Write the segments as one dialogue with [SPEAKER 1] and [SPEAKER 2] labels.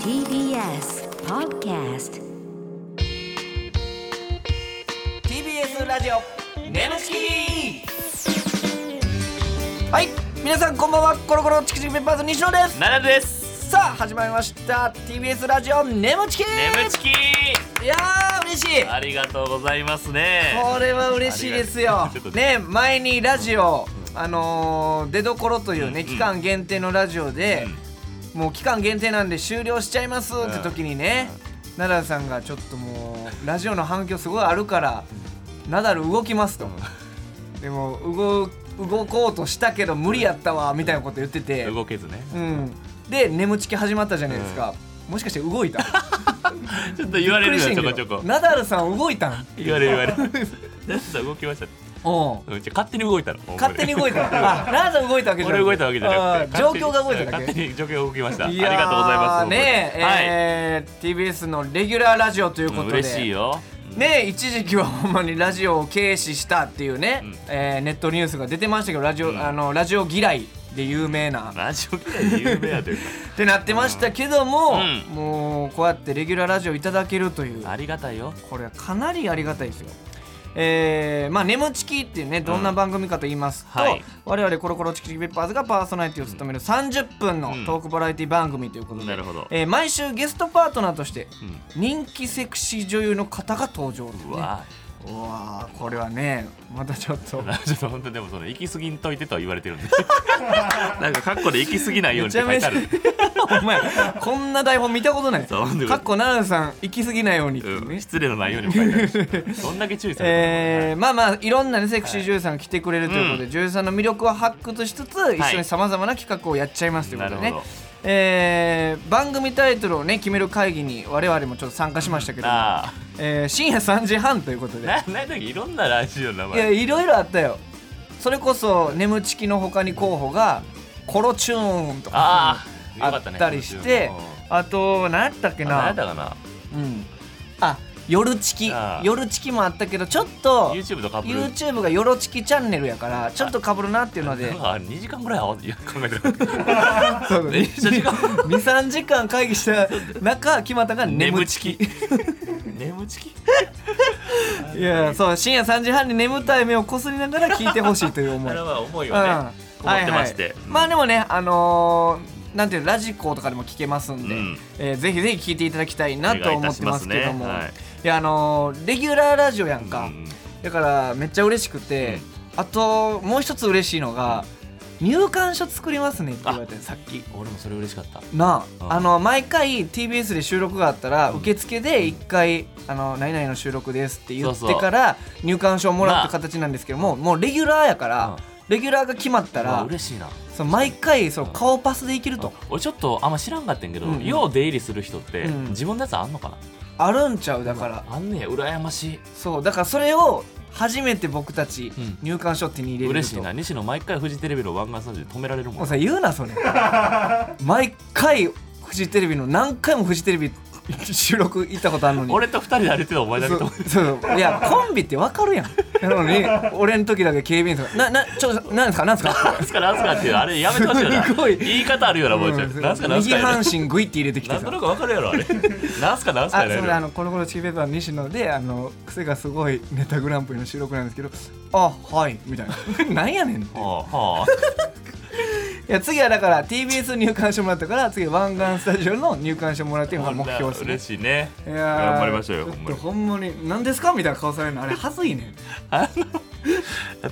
[SPEAKER 1] TBS Podcast
[SPEAKER 2] TBS ラジオネムチキはい皆さんこんばんはコロコロチキチキペッパーズ西野です
[SPEAKER 3] 奈良です
[SPEAKER 2] さあ始まりました TBS ラジオネムチキ
[SPEAKER 3] 眠ちき
[SPEAKER 2] いやー嬉しい
[SPEAKER 3] ありがとうございますね
[SPEAKER 2] これは嬉しいです
[SPEAKER 3] あ
[SPEAKER 2] よ
[SPEAKER 3] りがとうちょっと
[SPEAKER 2] ね前にラジオあのー出どころというね期間限定のラジオでもう期間限定なんで終了しちゃいますって時にね奈良さんがちょっともうラジオの反響すごいあるからナダル動きますとでも動動こうとしたけど無理やったわみたいなこと言ってて
[SPEAKER 3] 動けずね
[SPEAKER 2] うんで眠ちき始まったじゃないですかもしかして動いた
[SPEAKER 3] ちょっと言われるよ
[SPEAKER 2] びっ
[SPEAKER 3] ちょ
[SPEAKER 2] く
[SPEAKER 3] こ
[SPEAKER 2] り
[SPEAKER 3] ち
[SPEAKER 2] し
[SPEAKER 3] ょ
[SPEAKER 2] んけど
[SPEAKER 3] こ
[SPEAKER 2] ナダルさん動いたん
[SPEAKER 3] 言われる言われるなんと動きました
[SPEAKER 2] おうん
[SPEAKER 3] うんじゃ あ勝手に動いたの
[SPEAKER 2] 勝手に動いたあラーザ動いたわけじゃな
[SPEAKER 3] 俺
[SPEAKER 2] い
[SPEAKER 3] 動いたわけじゃなくて
[SPEAKER 2] あー状況が動いただ
[SPEAKER 3] 勝
[SPEAKER 2] け
[SPEAKER 3] 手に状況が動きましたあり
[SPEAKER 2] い
[SPEAKER 3] が
[SPEAKER 2] や
[SPEAKER 3] と
[SPEAKER 2] ー
[SPEAKER 3] うございます
[SPEAKER 2] ねえ、
[SPEAKER 3] はい
[SPEAKER 2] えー TBS のレギュラーラジオというこ
[SPEAKER 3] うん
[SPEAKER 2] とで
[SPEAKER 3] 嬉しいよ
[SPEAKER 2] ねえ一時期はほんまにラジオを軽視したっていうね、
[SPEAKER 3] ん
[SPEAKER 2] えーネットニュースが出てましたけどラジオ、
[SPEAKER 3] ん
[SPEAKER 2] あのラジオ嫌いで有名な
[SPEAKER 3] ラジオ嫌いで有名やという
[SPEAKER 2] ってなってましたけども、
[SPEAKER 3] うん
[SPEAKER 2] もうこうやってレギュラーラジオいただけるという
[SPEAKER 3] かありがたいよ
[SPEAKER 2] これはかなりありがたいですよ。えー、まあ「ネムチキ」っていうねどんな番組かと言いますと、
[SPEAKER 3] はい
[SPEAKER 2] 我々コロコロチキチキペッパーズがパーソナリティを務める30分のトークバラエティ番組ということで、
[SPEAKER 3] なるほど
[SPEAKER 2] えー毎週ゲストパートナーとして
[SPEAKER 3] うん
[SPEAKER 2] 人気セクシー女優の方が登場っていう
[SPEAKER 3] う
[SPEAKER 2] ね
[SPEAKER 3] わ
[SPEAKER 2] うわーこれはねまたちょっと
[SPEAKER 3] ーちょっと本当にでもその行き過ぎんといてとは言われてるんでなんかカッコで行き過ぎないようにって書いてある
[SPEAKER 2] お前こんな台本見たことない
[SPEAKER 3] そうほんで
[SPEAKER 2] かっこ奈良さん行き過ぎないようにっていうね、
[SPEAKER 3] うん失礼のないようにも書いてあるしどんだけ注意されてる
[SPEAKER 2] えーまあまあいろんな、ね、セクシー女優さんが来てくれるということで、女優さんの魅力を発掘しつつ、一緒にさまざまな企画をやっちゃいますということで
[SPEAKER 3] な
[SPEAKER 2] ね
[SPEAKER 3] るほど、
[SPEAKER 2] えー番組タイトルを、ね、決める会議に我々もちょっと参加しましたけども、
[SPEAKER 3] あ
[SPEAKER 2] えー深夜3時半ということで
[SPEAKER 3] ななんだっけいろんなラジオの名
[SPEAKER 2] いや
[SPEAKER 3] 前
[SPEAKER 2] いろいろあったよそれこそ眠ちきのほかに候補がコロチューンとか
[SPEAKER 3] ああ
[SPEAKER 2] あったりしてあと何やったっけ
[SPEAKER 3] 何や
[SPEAKER 2] な
[SPEAKER 3] ったかな
[SPEAKER 2] うん、あ夜チキ
[SPEAKER 3] あー
[SPEAKER 2] 夜チキもあったけどちょっと
[SPEAKER 3] YouTube とかぶる
[SPEAKER 2] YouTube がよろちきチャンネルやからちょっとかぶるなっていう ので
[SPEAKER 3] なんか2時間ぐらい合わいや考えてる
[SPEAKER 2] そう
[SPEAKER 3] めっちゃ時間
[SPEAKER 2] 23時間会議した中決まったのが 眠
[SPEAKER 3] 眠
[SPEAKER 2] ち
[SPEAKER 3] ちき眠ちき
[SPEAKER 2] いやそう深夜3時半に眠たい目をこすりながら聞いてほしいと いう思
[SPEAKER 3] あ
[SPEAKER 2] い、
[SPEAKER 3] れ
[SPEAKER 2] うん
[SPEAKER 3] は重いよね
[SPEAKER 2] は
[SPEAKER 3] こもってまして
[SPEAKER 2] いはいまあでもねあのーなんていうのラジコとかでも聞けますんで、
[SPEAKER 3] うん
[SPEAKER 2] えーぜひぜひ聞いていただきたいなと思ってますけども
[SPEAKER 3] お
[SPEAKER 2] い
[SPEAKER 3] 願いいたしますねはい
[SPEAKER 2] やあのーレギュラーラジオやん
[SPEAKER 3] う
[SPEAKER 2] か、
[SPEAKER 3] ん
[SPEAKER 2] だからめっちゃ嬉しくて、あともう一つ嬉しいのが入館書作りますねって言われてさっき
[SPEAKER 3] 俺もそれ嬉しかった
[SPEAKER 2] な
[SPEAKER 3] う
[SPEAKER 2] あ
[SPEAKER 3] ん
[SPEAKER 2] あの毎回 TBS で収録があったら受付で一回「あの何々の収録です」って言っ
[SPEAKER 3] そう
[SPEAKER 2] て
[SPEAKER 3] そう
[SPEAKER 2] から入館証をもらった
[SPEAKER 3] なあ
[SPEAKER 2] 形なんですけどももうレギュラーやから
[SPEAKER 3] うん
[SPEAKER 2] レギュラーが決まった
[SPEAKER 3] うわ
[SPEAKER 2] ら
[SPEAKER 3] 嬉しいな
[SPEAKER 2] その毎回その
[SPEAKER 3] うん
[SPEAKER 2] 顔パスでいけると
[SPEAKER 3] 俺ちょっとあんま知らんかったんやけど
[SPEAKER 2] うん
[SPEAKER 3] よう出入りする人って
[SPEAKER 2] うん
[SPEAKER 3] 自分のやつあんのかな
[SPEAKER 2] あるんちゃうだから
[SPEAKER 3] あんねや羨ましい
[SPEAKER 2] そうだからそれを初めて僕たち
[SPEAKER 3] うん
[SPEAKER 2] 入館証手に入れれる
[SPEAKER 3] 嬉
[SPEAKER 2] と
[SPEAKER 3] しいな西野毎回フジテレビの湾岸スタジオで止められるも
[SPEAKER 2] もうんさ言うなそ れ毎回フジテレビの何回もフジテレビ収録行ったことあるのに
[SPEAKER 3] 俺と二人で歩いてたお前だけ
[SPEAKER 2] そ
[SPEAKER 3] と思
[SPEAKER 2] う
[SPEAKER 3] う
[SPEAKER 2] そういやコンビってわかるやんなのに俺の時だけ警備員さんが「ななちょなんですかなんですか?
[SPEAKER 3] なんすかなんすかっていうあれやめてほしいよな
[SPEAKER 2] すごい
[SPEAKER 3] 言い方あるよなもうちょい
[SPEAKER 2] うん
[SPEAKER 3] なんすかなんす
[SPEAKER 2] 右
[SPEAKER 3] かや
[SPEAKER 2] 半
[SPEAKER 3] ね
[SPEAKER 2] 身グイって入れてき
[SPEAKER 3] な
[SPEAKER 2] て
[SPEAKER 3] んと
[SPEAKER 2] さ
[SPEAKER 3] なくわかるやろあれなんすかなんす
[SPEAKER 2] あ
[SPEAKER 3] か
[SPEAKER 2] す
[SPEAKER 3] や
[SPEAKER 2] み
[SPEAKER 3] ね
[SPEAKER 2] ませんあのこの頃チキペーパーの西野であの癖がすごいネタグランプリの収録なんですけど「あはい」みたいな なんやねんっていう
[SPEAKER 3] はあはあ
[SPEAKER 2] いや次はだから TBS 入館してもらったから次は湾岸スタジオの入館してもらっていうのが目標ですね
[SPEAKER 3] 嬉しいね
[SPEAKER 2] いやー
[SPEAKER 3] 頑張りましょうよ
[SPEAKER 2] ちょ
[SPEAKER 3] ほ
[SPEAKER 2] っ
[SPEAKER 3] んま
[SPEAKER 2] と
[SPEAKER 3] に
[SPEAKER 2] ほんまに何ですかみたいな顔されるのあれ恥ずいね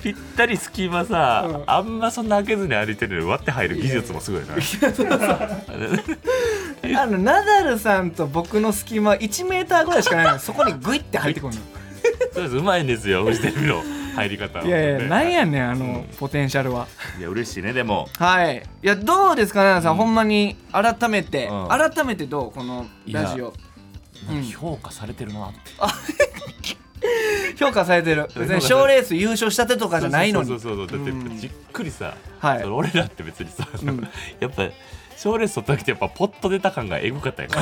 [SPEAKER 3] ぴったり隙間さ、
[SPEAKER 2] うん
[SPEAKER 3] あんまそんな開けずに歩いてるのに割って入る技術もすごいな
[SPEAKER 2] ん あのナダルさんと僕の隙間1メーターぐらいしかないのにそこにグイって入ってくるの
[SPEAKER 3] そうですうまいんですよフジテレビの入り方はい
[SPEAKER 2] やいやなん
[SPEAKER 3] い
[SPEAKER 2] やねんあのポテンシャルは
[SPEAKER 3] や嬉しいねでも
[SPEAKER 2] はいいやどうですかナダルさん、
[SPEAKER 3] うん
[SPEAKER 2] ほんまに改めて、
[SPEAKER 3] うん
[SPEAKER 2] 改めてどうこのラジオうん
[SPEAKER 3] 評価されてるなって
[SPEAKER 2] 評価されてる別に賞レース優勝したてとかじゃないのに
[SPEAKER 3] そうそうそうそうだ
[SPEAKER 2] う
[SPEAKER 3] っ
[SPEAKER 2] ん
[SPEAKER 3] てじっくりさ、
[SPEAKER 2] はい
[SPEAKER 3] その俺らって別にさ、
[SPEAKER 2] うん
[SPEAKER 3] やっぱ賞レース取った時ってやっぱポッと出た感がエグかったやんか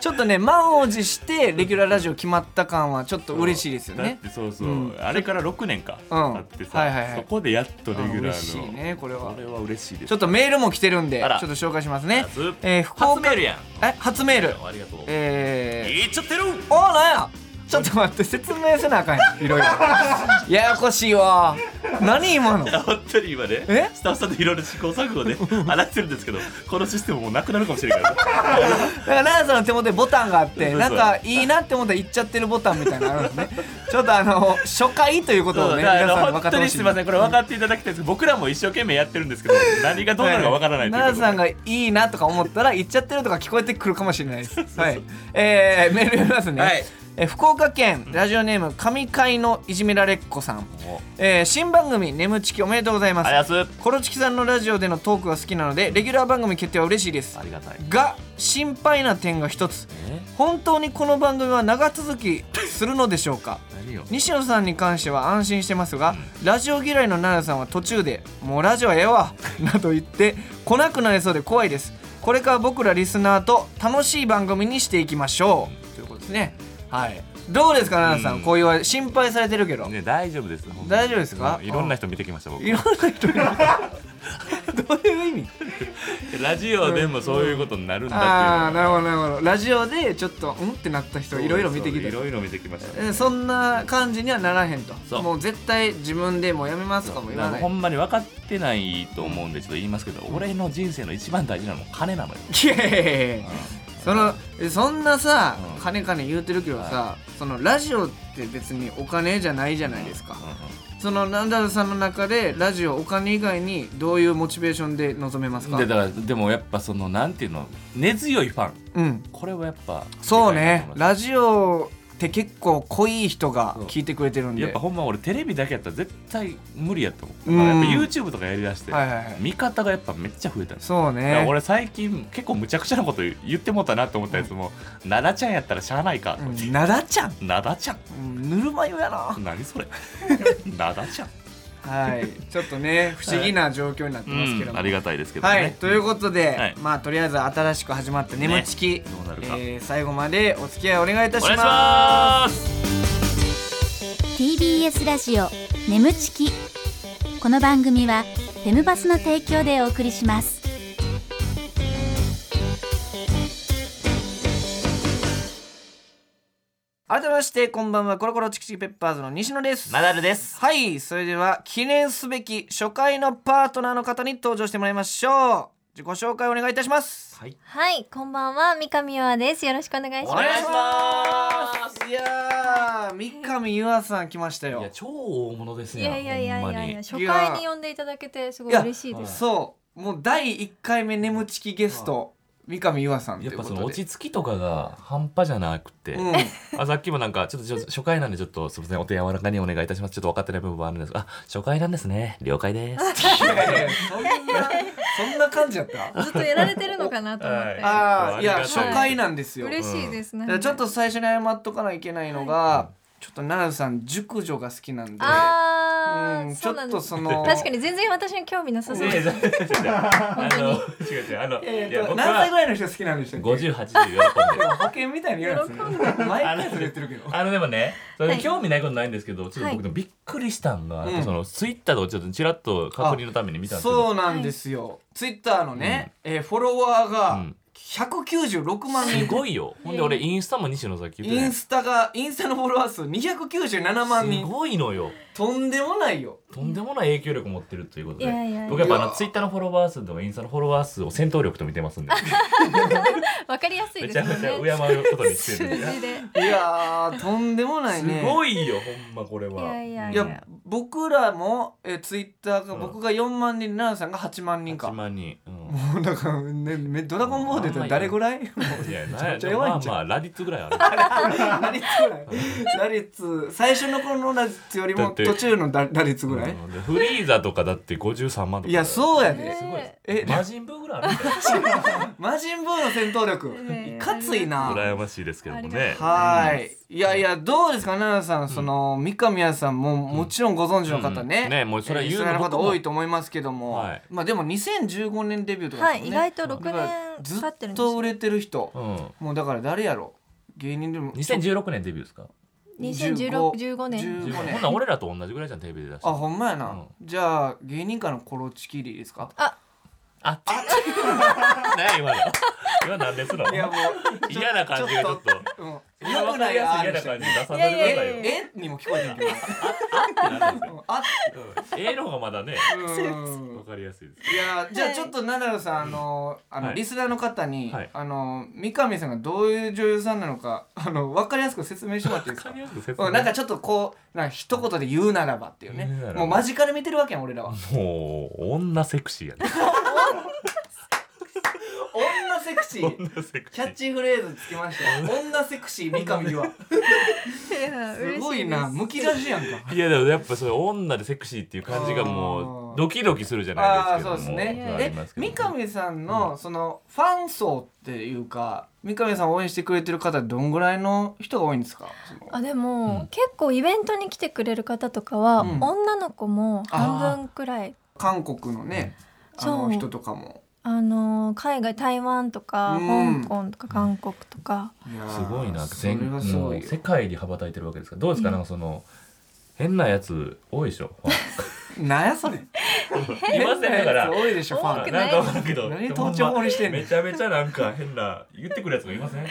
[SPEAKER 2] ちょっとね満を持してレギュラーラジオ決まった感はちょっと 嬉しいですよ
[SPEAKER 3] だっ
[SPEAKER 2] ね
[SPEAKER 3] てそうそう、
[SPEAKER 2] うん
[SPEAKER 3] あれから6年か、
[SPEAKER 2] うん
[SPEAKER 3] あってさ、
[SPEAKER 2] はいはいはい
[SPEAKER 3] そこでやっとレギュ
[SPEAKER 2] あ
[SPEAKER 3] ラーの
[SPEAKER 2] 嬉しいねこれは
[SPEAKER 3] これは嬉しいです
[SPEAKER 2] ちょっとメールも来てるんでちょ
[SPEAKER 3] あ
[SPEAKER 2] っ
[SPEAKER 3] ら
[SPEAKER 2] と紹介しますね
[SPEAKER 3] 初
[SPEAKER 2] えー福岡
[SPEAKER 3] 初メールやん
[SPEAKER 2] え初メール
[SPEAKER 3] ありがとう
[SPEAKER 2] えー
[SPEAKER 3] 言っちゃってる
[SPEAKER 2] おーなんやちょっと待って説明せなあかんやんいろいろややこしいわ何今の
[SPEAKER 3] 本当に今ね
[SPEAKER 2] え
[SPEAKER 3] スタッフさんでいろいろ試行錯誤で 話してるんですけどこのシステムもうなくなるかもしれないから
[SPEAKER 2] だから奈良さんの手元にボタンがあって
[SPEAKER 3] そう
[SPEAKER 2] なんかいいなって思ったら行っちゃってるボタンみたいなのあるんですねちょっとあの初回ということをね
[SPEAKER 3] だから
[SPEAKER 2] 皆さん分か
[SPEAKER 3] 本
[SPEAKER 2] って
[SPEAKER 3] 当
[SPEAKER 2] ほ
[SPEAKER 3] に
[SPEAKER 2] しい
[SPEAKER 3] すみませんこれ分かっていただきたいです僕らも一生懸命やってるんですけど何がどうなるか分からないというこ
[SPEAKER 2] は奈
[SPEAKER 3] とで
[SPEAKER 2] 良さんがいいなとか思ったら行っちゃってるとか聞こえてくるかもしれないですはいえーメール読みますね、
[SPEAKER 3] はい
[SPEAKER 2] えー福岡県ラジオネーム神会のいじめられっ子さん、
[SPEAKER 3] お
[SPEAKER 2] えー新番組「眠ちき」おめでとうございます
[SPEAKER 3] ありがとうございま
[SPEAKER 2] コロチキさんのラジオでのトークが好きなのでレギュラー番組決定は嬉しいです
[SPEAKER 3] すありがたい
[SPEAKER 2] が心配な点が一つ
[SPEAKER 3] え
[SPEAKER 2] 本当にこの番組は長続きするのでしょうか
[SPEAKER 3] 何よ
[SPEAKER 2] 西野さんに関しては安心してますが、ラジオ嫌いの奈良さんは途中で「もうラジオはええわ」 など言って来なくなりそうで怖いですこれから僕らリスナーと楽しい番組にしていきましょうということですねはいどうですか奈良さん、
[SPEAKER 3] うん
[SPEAKER 2] こういう心配されてるけど、
[SPEAKER 3] ね大丈夫です本当に
[SPEAKER 2] 大丈夫ですか
[SPEAKER 3] うんいろんな人見てきました僕
[SPEAKER 2] いろんな人 がどういう意味
[SPEAKER 3] ラジオでもそういうことになるんだっていう
[SPEAKER 2] ああなるほどなるほどラジオでちょっとうんってなった人いろいろ見てき
[SPEAKER 3] そうい
[SPEAKER 2] て
[SPEAKER 3] ろいろ見てきました
[SPEAKER 2] えそんな感じにはならへん
[SPEAKER 3] そ
[SPEAKER 2] と
[SPEAKER 3] う
[SPEAKER 2] もう絶対自分でもうやめますとかも言わ
[SPEAKER 3] だか
[SPEAKER 2] な
[SPEAKER 3] ら
[SPEAKER 2] い
[SPEAKER 3] ほんまに分かってないと思うんでちょっと言いますけど、俺の人生の一番大事なのは金なのよ、
[SPEAKER 2] いやいやいやいやそのえそんなさ
[SPEAKER 3] うん
[SPEAKER 2] 金金言うてるけどさそのラジオって別にお金じゃないじゃないですかそのランダルさんの中でラジオお金以外にどういうモチベーションで臨めますか
[SPEAKER 3] でだからでもやっぱそのなんていうの根強いファン
[SPEAKER 2] うん
[SPEAKER 3] これはやっぱ
[SPEAKER 2] そうね
[SPEAKER 3] やっ
[SPEAKER 2] ラジオって結構濃い人が聞いてくれてるんで
[SPEAKER 3] ぱほんま俺テレビだけやったら絶対無理やと思う
[SPEAKER 2] うん
[SPEAKER 3] だからやっぱ YouTube とかやりだして、
[SPEAKER 2] はいはいはい
[SPEAKER 3] 見方がやっぱめっちゃ増えたんです
[SPEAKER 2] そう
[SPEAKER 3] だから
[SPEAKER 2] ね
[SPEAKER 3] 俺最近結構むちゃくちゃなこと言ってもうたなと思ったやつも「なだちゃんやったらしゃあないか」と
[SPEAKER 2] うんなだちゃん
[SPEAKER 3] 「なだちゃん
[SPEAKER 2] うんぬるま湯やな
[SPEAKER 3] 何 それなだちゃん」
[SPEAKER 2] はいちょっと ね不思議な状況になってますけど
[SPEAKER 3] うん
[SPEAKER 2] も
[SPEAKER 3] ありがたいですけどね、
[SPEAKER 2] はい、ということで、
[SPEAKER 3] はい
[SPEAKER 2] まあとりあえず新しく始まった眠ちき、
[SPEAKER 3] どうなるか
[SPEAKER 2] えー最後までお付き合いお願いいたし
[SPEAKER 3] お願いし
[SPEAKER 2] ます
[SPEAKER 3] ます。
[SPEAKER 1] TBS ラジオ眠ちきこの番組はフェムバスの提供でお送りします
[SPEAKER 2] 改めましてこんばんはコロコロチキチキペッパーズの西野です
[SPEAKER 3] ナダルです。
[SPEAKER 2] はいそれでは記念すべき初回のパートナーの方に登場してもらいましょう自己紹介お願いいたします
[SPEAKER 3] はい。
[SPEAKER 4] はい、こんばんは、三上和です。よろしくお願いし
[SPEAKER 3] お
[SPEAKER 4] ます。
[SPEAKER 3] 願いします
[SPEAKER 2] いやー三上優愛さん来ました
[SPEAKER 3] い
[SPEAKER 2] よ
[SPEAKER 3] や超大物です
[SPEAKER 4] い
[SPEAKER 3] ね。
[SPEAKER 4] やいやいやい
[SPEAKER 3] ほん
[SPEAKER 4] や
[SPEAKER 3] ま
[SPEAKER 4] い
[SPEAKER 3] に
[SPEAKER 4] や、初回に呼んでいただけて、すごい嬉しいです。
[SPEAKER 2] そうもう第1回目眠ちきゲスト三上優愛さんとい
[SPEAKER 3] や
[SPEAKER 2] う
[SPEAKER 3] っ
[SPEAKER 2] こと
[SPEAKER 3] ぱそ
[SPEAKER 2] で
[SPEAKER 3] の落ち着きとかが半端じゃなくて、
[SPEAKER 2] うん
[SPEAKER 3] あさっきもなんかちょっとちょ初回なんでちょっとすみませんお手柔らかにお願いいたしますちょっと分かってない部分もあるんですがあ初回なんですね了解 で
[SPEAKER 2] い
[SPEAKER 3] す。
[SPEAKER 2] やいやそんなそんな感じやった
[SPEAKER 4] ずっとやられてるのかなと思っ
[SPEAKER 3] は
[SPEAKER 4] て。
[SPEAKER 2] ああいや
[SPEAKER 3] あり
[SPEAKER 2] 初
[SPEAKER 3] がたい
[SPEAKER 2] 回なんですよ。
[SPEAKER 4] 嬉しいですね。
[SPEAKER 2] だからちょっと最初に謝っとかないといけないのが、ちょっと奈良さん熟女が好きなんで、う
[SPEAKER 4] ああ、
[SPEAKER 2] ん、ちょ
[SPEAKER 4] そう
[SPEAKER 2] っ
[SPEAKER 4] なん
[SPEAKER 2] と
[SPEAKER 4] で
[SPEAKER 2] そ
[SPEAKER 4] す。
[SPEAKER 2] の
[SPEAKER 4] 確かに全然私に興味 なさそうです。
[SPEAKER 3] あの違う違うあの
[SPEAKER 2] え
[SPEAKER 3] い
[SPEAKER 2] ー
[SPEAKER 3] や
[SPEAKER 2] と
[SPEAKER 3] 僕
[SPEAKER 2] 何歳ぐ
[SPEAKER 3] は
[SPEAKER 2] らいの人好きなんでしたっけ？
[SPEAKER 3] 五十八十喜んでる。
[SPEAKER 2] 保険みたいに言うんですね。毎回それ言ってるけど。
[SPEAKER 3] あのでもね、それ
[SPEAKER 4] はい
[SPEAKER 3] 興味ないことないんですけど、ちょっと
[SPEAKER 4] はい
[SPEAKER 3] 僕でもびっくりしたんが、
[SPEAKER 2] うん
[SPEAKER 3] そのツイッターとかちょっとちらっと確認のために見たんですけど、
[SPEAKER 2] そうなんですよ。ツイッターのね、えーフォロワー
[SPEAKER 3] う
[SPEAKER 2] が
[SPEAKER 3] ん
[SPEAKER 2] 196万
[SPEAKER 3] す
[SPEAKER 2] 人。
[SPEAKER 3] ごい よ。ほんで俺インスタも西野さっき言って
[SPEAKER 2] イ
[SPEAKER 3] たやん
[SPEAKER 2] ンスタがインスタのフォロワー数297万
[SPEAKER 3] す
[SPEAKER 2] 人
[SPEAKER 3] ごいのよ。
[SPEAKER 2] とんでもないよ
[SPEAKER 3] とんでもない影響力持ってるということで、
[SPEAKER 4] いやいやいや
[SPEAKER 3] 僕やっぱあ
[SPEAKER 2] い
[SPEAKER 3] の
[SPEAKER 2] や
[SPEAKER 3] ツイッターのフォロワー数とかインスタのフォロワー数を戦闘力と見てますんで、
[SPEAKER 4] わかりやすい
[SPEAKER 3] め
[SPEAKER 4] で
[SPEAKER 3] ち
[SPEAKER 4] す
[SPEAKER 3] ゃ
[SPEAKER 4] よ
[SPEAKER 3] めちゃ敬
[SPEAKER 4] ね。
[SPEAKER 3] うことにしてる
[SPEAKER 4] 数
[SPEAKER 3] んで。
[SPEAKER 4] 字で。
[SPEAKER 2] いやーとんでもない
[SPEAKER 3] す
[SPEAKER 2] ね
[SPEAKER 3] ごいよ、ほんまこれは。
[SPEAKER 4] いやいや
[SPEAKER 2] い
[SPEAKER 4] い
[SPEAKER 2] や僕らもえツイッターが
[SPEAKER 3] うん
[SPEAKER 2] 僕が4万人奈良さんが8万人か
[SPEAKER 3] 8
[SPEAKER 2] も
[SPEAKER 3] 万人。うん
[SPEAKER 2] うだからねめドラゴンボールで言ったら誰ぐらい もう
[SPEAKER 3] いや、
[SPEAKER 2] めちゃ
[SPEAKER 3] な
[SPEAKER 2] めちゃ弱い
[SPEAKER 3] ま
[SPEAKER 2] ん
[SPEAKER 3] あ
[SPEAKER 2] じゃん
[SPEAKER 3] まあ、ラディッツぐらいある。だ
[SPEAKER 2] 打率ぐらい打率最初の頃の打率よりも
[SPEAKER 3] だって
[SPEAKER 2] 途中の打打率ぐらい
[SPEAKER 3] うんでフリーザとかだって53万とか。
[SPEAKER 2] いやそうや
[SPEAKER 4] え
[SPEAKER 2] で
[SPEAKER 4] ー
[SPEAKER 3] すごい
[SPEAKER 2] え
[SPEAKER 3] 魔人ブーぐらいあるんだよ
[SPEAKER 2] 魔人ブーの戦闘力
[SPEAKER 4] ね
[SPEAKER 2] いかついな
[SPEAKER 3] 羨ましいですけども
[SPEAKER 4] あり
[SPEAKER 3] ね
[SPEAKER 4] が。
[SPEAKER 2] はいいやいやどうですか奈良さんその三上谷さんももちろんご存知の方
[SPEAKER 3] うんう
[SPEAKER 2] ね
[SPEAKER 3] んねもうそれは
[SPEAKER 2] えー
[SPEAKER 3] 言う
[SPEAKER 2] リスナーの
[SPEAKER 3] の
[SPEAKER 2] 方
[SPEAKER 3] 僕も
[SPEAKER 2] 多いと思いますけども
[SPEAKER 3] はい
[SPEAKER 2] まあでも2015年デビューとか
[SPEAKER 4] は
[SPEAKER 2] ですも
[SPEAKER 4] い、
[SPEAKER 2] ん
[SPEAKER 4] 意
[SPEAKER 2] ね
[SPEAKER 4] 外と6
[SPEAKER 2] だから
[SPEAKER 4] 経
[SPEAKER 2] ず
[SPEAKER 4] ってる
[SPEAKER 2] っ
[SPEAKER 4] んです
[SPEAKER 2] と
[SPEAKER 4] よ
[SPEAKER 2] 売れてる人
[SPEAKER 3] うん。
[SPEAKER 2] もうだから誰やろ芸人でも
[SPEAKER 3] 2016年デビューですか。
[SPEAKER 4] 2016 15年
[SPEAKER 2] 15
[SPEAKER 3] 15
[SPEAKER 2] 年
[SPEAKER 3] ほんなら俺らと同じぐらいじゃんテレビで出して
[SPEAKER 2] あ。ほんまやな、
[SPEAKER 3] うん
[SPEAKER 2] じゃあ芸人界のコロチキリですか
[SPEAKER 3] あ、ない今の。今何ですの。
[SPEAKER 2] も う
[SPEAKER 3] 嫌な感じがちょっと。
[SPEAKER 2] と、うん、
[SPEAKER 3] 今
[SPEAKER 2] よ
[SPEAKER 3] わ
[SPEAKER 2] く
[SPEAKER 3] か
[SPEAKER 2] な
[SPEAKER 3] り
[SPEAKER 2] い
[SPEAKER 3] やす
[SPEAKER 2] あ
[SPEAKER 3] い
[SPEAKER 2] る
[SPEAKER 3] 嫌な感じ出さないい
[SPEAKER 4] や
[SPEAKER 3] で
[SPEAKER 4] いやい
[SPEAKER 3] くださ
[SPEAKER 4] やい
[SPEAKER 3] いよ。
[SPEAKER 2] えにも聞こえて るけどうんあ
[SPEAKER 3] うん A の方がまだね。
[SPEAKER 2] うん
[SPEAKER 3] わかりやすいです。
[SPEAKER 2] いやじゃあちょっとナダルさんあのあの、
[SPEAKER 3] はい
[SPEAKER 2] リスナーの方に、
[SPEAKER 3] はい
[SPEAKER 2] あの三上さんがどういう女優さんなのかあのわかりやすく説明してもらっていいですか
[SPEAKER 3] わかりやすく説明
[SPEAKER 2] うん、なんかちょっとこうなんか一言で言うならばっていうね
[SPEAKER 3] 言うならば
[SPEAKER 2] もう間近で見てるわけやん俺ら は
[SPEAKER 3] もう女セクシーやね。
[SPEAKER 2] 女セクシー
[SPEAKER 3] 女セク
[SPEAKER 2] キ
[SPEAKER 3] シ
[SPEAKER 2] ャッ
[SPEAKER 3] ー。
[SPEAKER 2] チフレーズつきましたよ女セクシー三上優愛
[SPEAKER 4] いや嬉
[SPEAKER 2] す
[SPEAKER 4] しです
[SPEAKER 2] ごいなむき出しやんか
[SPEAKER 3] いやでもやっぱそれ女でセクシーっていう感じがも
[SPEAKER 2] あー
[SPEAKER 3] うドキドキするじゃ
[SPEAKER 2] ああ
[SPEAKER 3] ないです
[SPEAKER 2] そうです
[SPEAKER 3] けども。
[SPEAKER 2] ね
[SPEAKER 3] はあ
[SPEAKER 2] え
[SPEAKER 3] りますけど
[SPEAKER 2] 三上さんのそのファン層っていうか三上さんを応援してくれてる方どんぐらいの人が多いんですかその
[SPEAKER 4] あでも、
[SPEAKER 3] うん
[SPEAKER 4] 結構イベントに来てくれる方とかは、
[SPEAKER 2] うん
[SPEAKER 4] 女の子も半分くらい
[SPEAKER 2] 韓国のねあ
[SPEAKER 4] そ
[SPEAKER 2] の
[SPEAKER 4] う
[SPEAKER 2] 人とかも
[SPEAKER 4] あのー海外台湾とか、
[SPEAKER 2] うん
[SPEAKER 4] 香港とか韓国とか、
[SPEAKER 2] いや
[SPEAKER 3] す
[SPEAKER 2] ー
[SPEAKER 3] ごいな
[SPEAKER 2] それはすご
[SPEAKER 3] も
[SPEAKER 2] いうよ
[SPEAKER 3] 世界に羽ばたいてるわけですからどうですか、なんかその変なやつ多いでしょ ファ
[SPEAKER 2] なんやそ れ
[SPEAKER 3] ンいませんだから
[SPEAKER 2] 変なやつ多いでしょフ
[SPEAKER 4] 多
[SPEAKER 2] ァ
[SPEAKER 4] く
[SPEAKER 2] ン
[SPEAKER 4] ない
[SPEAKER 3] んかわかるけど
[SPEAKER 2] 何盗聴法にしてんの
[SPEAKER 3] めちゃめちゃなんか変な言ってくるやつがい ません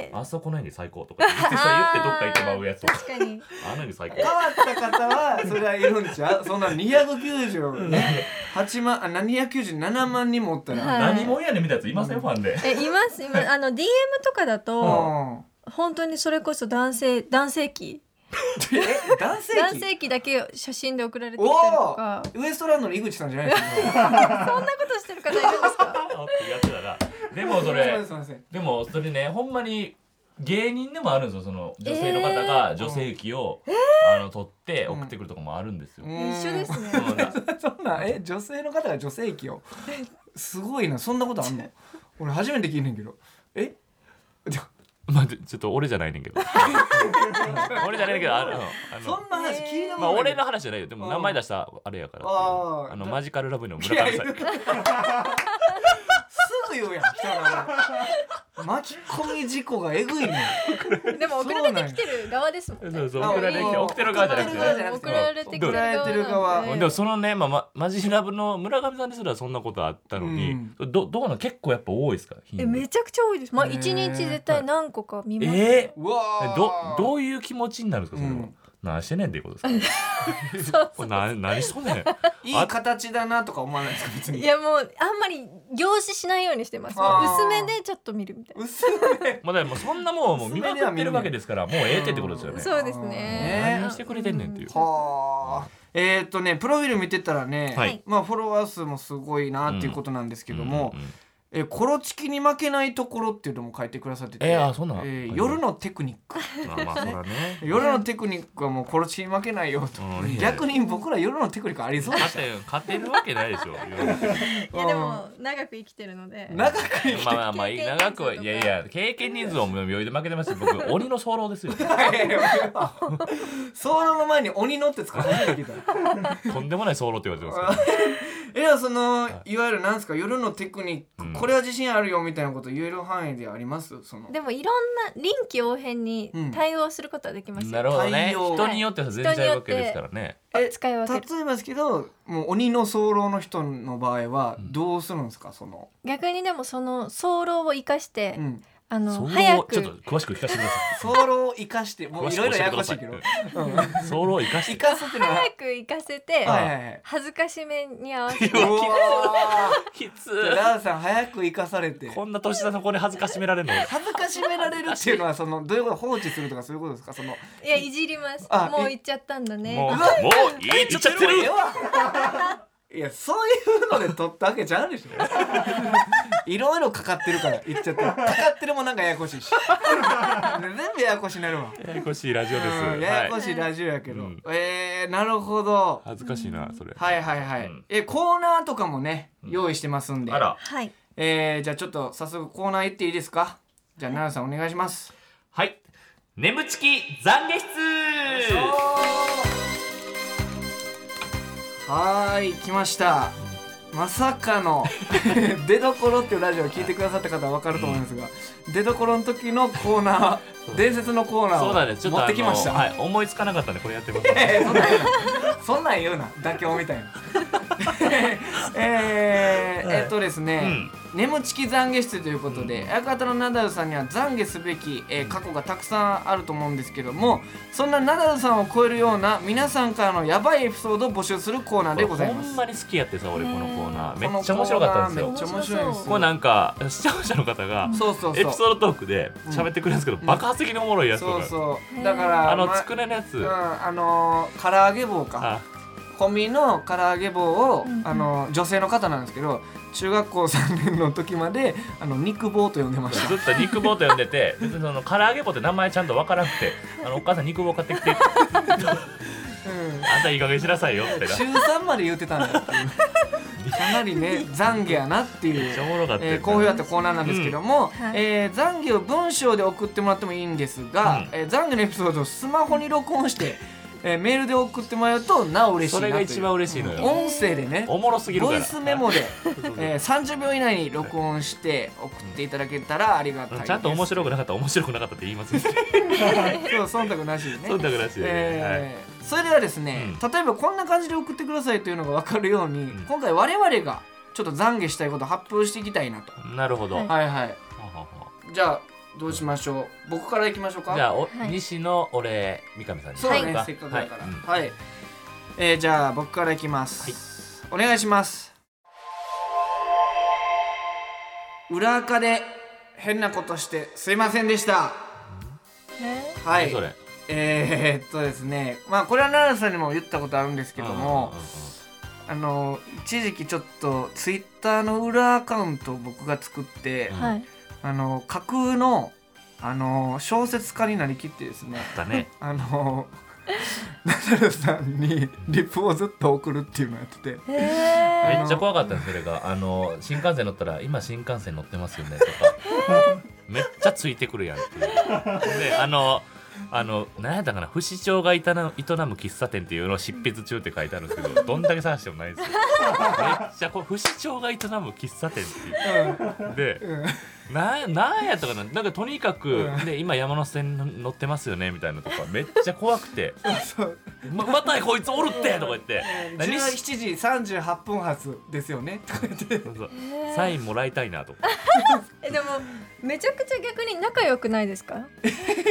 [SPEAKER 4] え
[SPEAKER 3] ああそこのに最高とか言ってさ言ってどっか行ってまうやつとか
[SPEAKER 4] 確かに
[SPEAKER 3] あのに最高
[SPEAKER 2] 変わった方はそれはいるんちゃうそんな290ね8万あ297万人もおったら、
[SPEAKER 4] はい
[SPEAKER 3] 何もんやねんみたいなやついませんファンで
[SPEAKER 4] えいますいますあの DM とかだと
[SPEAKER 2] う
[SPEAKER 4] 本当にそれこそ男性男性器
[SPEAKER 2] んえ男性器
[SPEAKER 4] 男性器だけ写真で送られてき
[SPEAKER 2] お
[SPEAKER 4] たりと
[SPEAKER 2] お
[SPEAKER 4] か
[SPEAKER 2] ーウエストランドの井口さんじゃないですか
[SPEAKER 4] そんなことしてる方いるんですか
[SPEAKER 3] ってやってたらでもそ
[SPEAKER 2] すいませ
[SPEAKER 3] れ
[SPEAKER 2] んすいません
[SPEAKER 3] でもそれねほんまに芸人でもあるんですよその女性の方が女性器を、あの取って送ってくるとかもあるんですよ、
[SPEAKER 4] 一緒ですね
[SPEAKER 3] そのな
[SPEAKER 2] そんなえ女性の方が女性 器をすごいなそんなことあんの俺初めて聞いてんけどえで
[SPEAKER 3] まあ、ちょちょっと俺じゃないねんけど 俺じゃないねんけどあのあ
[SPEAKER 2] そ
[SPEAKER 3] の
[SPEAKER 2] んな話聞いたことない、
[SPEAKER 3] まあ俺の話じゃないよでも名前出したあれやから
[SPEAKER 2] あー
[SPEAKER 3] あのマジカルラブの村上さん
[SPEAKER 2] いすぐ言うやん人の名前巻き込み事故がえぐいね
[SPEAKER 4] でも送られてきてる側ですもんね
[SPEAKER 3] そうそう
[SPEAKER 2] あ
[SPEAKER 3] 送られてきて
[SPEAKER 2] もう
[SPEAKER 3] 送ってる側じゃなくて
[SPEAKER 2] 送ってる側じゃな
[SPEAKER 3] ね
[SPEAKER 2] くて
[SPEAKER 4] 送られてきてる側なん
[SPEAKER 2] 送られて
[SPEAKER 4] で
[SPEAKER 2] る側
[SPEAKER 3] でもそのね、まあま、マジラブの村上さんですらそんなことあったのに、どどうなの結構やっぱ多いですか頻
[SPEAKER 4] え
[SPEAKER 3] 度
[SPEAKER 4] めちゃくちゃ多いですまあ一日絶対何個か見ます、
[SPEAKER 3] え
[SPEAKER 2] うわ
[SPEAKER 3] ー
[SPEAKER 2] ー
[SPEAKER 3] どどういう気持ちになるんですかそれ
[SPEAKER 2] う
[SPEAKER 3] は、
[SPEAKER 2] ん
[SPEAKER 3] 何してんねんっていうことですか
[SPEAKER 4] そう
[SPEAKER 3] これな何しとんねん
[SPEAKER 2] いい形だなとか思わないですか別
[SPEAKER 4] い
[SPEAKER 2] に
[SPEAKER 4] やもうあんまり凝視しないようにしてます
[SPEAKER 2] あー
[SPEAKER 4] 薄めでちょっと見るみたいな
[SPEAKER 2] 薄いね
[SPEAKER 3] まあ、でもそんなもんもう見まくってるわけですからもうええってってことですよね
[SPEAKER 4] そうです
[SPEAKER 2] ね
[SPEAKER 4] ね
[SPEAKER 3] 何をしてくれてんねんっていう
[SPEAKER 2] はあえっとねプロフィール見てたらね、
[SPEAKER 3] はい
[SPEAKER 2] まあフォロワー数もすごいなっていうことなんですけども、
[SPEAKER 3] うんうんうん
[SPEAKER 2] えコロチキに負けないところっていうのも書いてくださってて、
[SPEAKER 3] えーあそんなん
[SPEAKER 2] えー夜のテクニック
[SPEAKER 3] まあまあそらね
[SPEAKER 2] 夜のテクニックはもうコロチキに負けないよと、
[SPEAKER 3] うんいや
[SPEAKER 2] 逆に僕ら夜のテクニックありそうでし
[SPEAKER 3] 勝て勝てるわけないでしょ。
[SPEAKER 4] いやでも長く生きてるので
[SPEAKER 2] た長く生き
[SPEAKER 3] まあまあまあ長くはいやいや経験人数を余裕で負けてますし僕鬼の早漏ですよ。
[SPEAKER 2] たいよソロの前に鬼のって使ってないけど
[SPEAKER 3] とんでもない早漏って言われて ますか
[SPEAKER 2] えでもそのいわゆるなんですか夜のテクニック、
[SPEAKER 3] うん
[SPEAKER 2] これは自信あるよみたいなこと言える範囲でありますその
[SPEAKER 4] でもいろんな臨機応変に対応することはできま
[SPEAKER 3] ら。
[SPEAKER 4] す
[SPEAKER 3] な
[SPEAKER 4] よ、
[SPEAKER 3] るほどね。
[SPEAKER 2] 太陽
[SPEAKER 3] 人によっては全然違うわけですからね。
[SPEAKER 2] え
[SPEAKER 4] 使い分ける
[SPEAKER 2] 例えばですけどもう鬼の早漏の人の場合はどうするんですかその、
[SPEAKER 4] 逆にでもその早漏を生かして、
[SPEAKER 2] うん、
[SPEAKER 4] あ
[SPEAKER 3] 早漏
[SPEAKER 4] の早
[SPEAKER 3] をちょっと
[SPEAKER 4] く
[SPEAKER 3] 詳しく聞かせてくだ
[SPEAKER 2] 早漏を生かしても
[SPEAKER 3] さ
[SPEAKER 2] う
[SPEAKER 3] い。
[SPEAKER 2] いろいろややこしいけど
[SPEAKER 3] うん早漏を生かし
[SPEAKER 2] 生
[SPEAKER 3] て。
[SPEAKER 2] かすっていうのは
[SPEAKER 4] 早く生かせて
[SPEAKER 2] はいはいはい
[SPEAKER 4] 恥ずかしめに合わ せ
[SPEAKER 2] う
[SPEAKER 4] て
[SPEAKER 2] わ
[SPEAKER 3] きつ
[SPEAKER 2] ーラウさん早く生かされて
[SPEAKER 3] ー。こんな年下の子に恥ずかしめられるの。
[SPEAKER 2] 恥ずかしめられるっていうのはそのどういうこと放置するとかそういうことですかその
[SPEAKER 4] いやいじります
[SPEAKER 2] あ
[SPEAKER 4] もう行っちゃったんだね
[SPEAKER 3] もうもういいちゃってる。
[SPEAKER 2] ええわいやそういうので取ったわけじゃんでしょ いろいろかかってるから言っちゃったかかってるもなんかややこしいし全部ややこしになるわ
[SPEAKER 3] ややこしいラジオです。
[SPEAKER 2] うんやや
[SPEAKER 3] は
[SPEAKER 2] こ
[SPEAKER 3] い
[SPEAKER 2] しいラジオやけど、
[SPEAKER 3] うん
[SPEAKER 2] えー、なるほど
[SPEAKER 3] 恥ずかしいなそれ。
[SPEAKER 2] はいはいはい、
[SPEAKER 3] うん
[SPEAKER 2] えコーナーとかもね用意してますんで、
[SPEAKER 3] あら。
[SPEAKER 4] はい
[SPEAKER 2] えー、じゃあちょっと早速コーナー行っていいですかじゃあ奈良さんお願いします
[SPEAKER 3] はい。眠ちき懺悔室。
[SPEAKER 2] はーい来ましたまさかの 出どころっていうラジオを聞いてくださった方は分かると思いますが、出どころの時のコーナー伝説のコーナ
[SPEAKER 3] そうなんですち
[SPEAKER 2] ー
[SPEAKER 3] ょ
[SPEAKER 2] を持
[SPEAKER 3] っと
[SPEAKER 2] ってきました、
[SPEAKER 3] あのはい思いつかなかったんでこれやっ てます
[SPEAKER 2] えーそんなん言うなそんなん言うな妥協みたい なえー、えっとですね、眠ちき懺悔室ということで、相方のナダルさんには懺悔すべき、えー過去がたくさんあると思うんですけどもそんなナダルさんを超えるような皆さんからのヤバいエピソードを募集するコーナーでございま
[SPEAKER 3] ほ
[SPEAKER 2] す
[SPEAKER 3] んまに好きやってさ俺このコーナー
[SPEAKER 2] この
[SPEAKER 3] めっちゃ面白かったんです
[SPEAKER 2] コーナーめっ
[SPEAKER 3] よ
[SPEAKER 2] ちゃ面白いんですよ
[SPEAKER 3] これなんか視聴者の方が
[SPEAKER 2] そうそうそう
[SPEAKER 3] エピソードトークで喋ってくれるんですけど
[SPEAKER 2] ん
[SPEAKER 3] 爆発的におもろいやつと
[SPEAKER 2] そう
[SPEAKER 3] か
[SPEAKER 2] そう
[SPEAKER 4] へー
[SPEAKER 2] だから
[SPEAKER 3] あの
[SPEAKER 2] ま
[SPEAKER 3] つくねのやつ
[SPEAKER 2] うん、あのー、唐揚げ棒か
[SPEAKER 3] あ
[SPEAKER 2] コミの唐揚げ棒を、
[SPEAKER 4] うんうん
[SPEAKER 2] あのー女性の方なんですけど中学校3年の時まであの肉棒と呼んでました
[SPEAKER 3] ずっと肉棒と呼んでて別にその唐揚げ棒って名前ちゃんとわからなくてあのお母さん肉棒買って きてあ
[SPEAKER 2] うん
[SPEAKER 3] んたいい加減しなさいよみたいな
[SPEAKER 2] 中3まで言ってたんだっていうかなりね懺悔やなってい
[SPEAKER 3] めっちゃお
[SPEAKER 2] う、
[SPEAKER 3] もろかったよ
[SPEAKER 2] えー、好評だったコーナーなんですけども、
[SPEAKER 4] うんはい
[SPEAKER 2] えー懺悔を文章で送ってもらってもいいんですが、
[SPEAKER 3] うん
[SPEAKER 2] えー懺悔のエピソードをスマホに録音して、えーメールで送ってもらうとなお嬉しいな
[SPEAKER 3] そ
[SPEAKER 2] とい
[SPEAKER 3] れ
[SPEAKER 2] う
[SPEAKER 3] が一番嬉しいのよ
[SPEAKER 2] 音声でね
[SPEAKER 3] おもろすぎるか
[SPEAKER 2] ボ
[SPEAKER 3] ら
[SPEAKER 2] イスメモで、えー、30秒以内に録音して送っていただけたらありがたいです
[SPEAKER 3] ちゃんと面白くなかったら面白くなかったって言います ね
[SPEAKER 2] そう忖度なしでね
[SPEAKER 3] 忖度なしでねはい
[SPEAKER 2] えーそれではですね、例えばこんな感じで送ってくださいというのが分かるように、
[SPEAKER 3] ん
[SPEAKER 2] 今回我々がちょっと懺悔したいことを発表していきたいなと、
[SPEAKER 3] なるほど
[SPEAKER 4] はい
[SPEAKER 2] はいはい
[SPEAKER 3] ははは
[SPEAKER 2] じゃあどうしましょう僕からいきましょうか
[SPEAKER 3] じゃあ、お
[SPEAKER 4] はい
[SPEAKER 3] 西のお礼三上さんに
[SPEAKER 2] そうだね、
[SPEAKER 3] はい
[SPEAKER 2] せっかくだから
[SPEAKER 3] はいうん
[SPEAKER 2] はい、えーじゃあ僕からいきます、お願いします裏垢で変なことしてすいませんでした
[SPEAKER 4] ね
[SPEAKER 2] は
[SPEAKER 3] 何
[SPEAKER 2] い
[SPEAKER 3] それ
[SPEAKER 2] えー、っとですねまあこれは奈良さんにも言ったことあるんですけども、
[SPEAKER 3] うんうんうん
[SPEAKER 2] あの一時期ちょっとツイッターの裏アカウントを僕が作って、
[SPEAKER 3] うん
[SPEAKER 4] はい
[SPEAKER 2] あの架空のあの小説家になりきってですね
[SPEAKER 3] だね
[SPEAKER 2] あのナダルさんにリプをずっと送るっていうのをやってて
[SPEAKER 4] へえ
[SPEAKER 3] めっちゃ怖かったんですそれがあの新幹線乗ったら「今新幹線乗ってますよね」とかめっちゃついてくるやんっていうであのあの何やったかな「不死鳥が営む営む喫茶店」っていうのを執筆中って書いてあるんですけどどんだけ探してもないですよめっちゃこれ不死鳥が営む喫茶店っていうで
[SPEAKER 2] うん
[SPEAKER 3] ななんやったかななんかとにかく、で今山手線に乗ってますよねみたいなとかめっちゃ怖くて
[SPEAKER 2] そう
[SPEAKER 3] 「ままたこいつおるって!」とか言って「何し
[SPEAKER 2] 17時38分発ですよねとか言 って
[SPEAKER 3] そうそうサインもらいたいな」とか
[SPEAKER 4] えでもめちゃくちゃ逆に仲良くないですか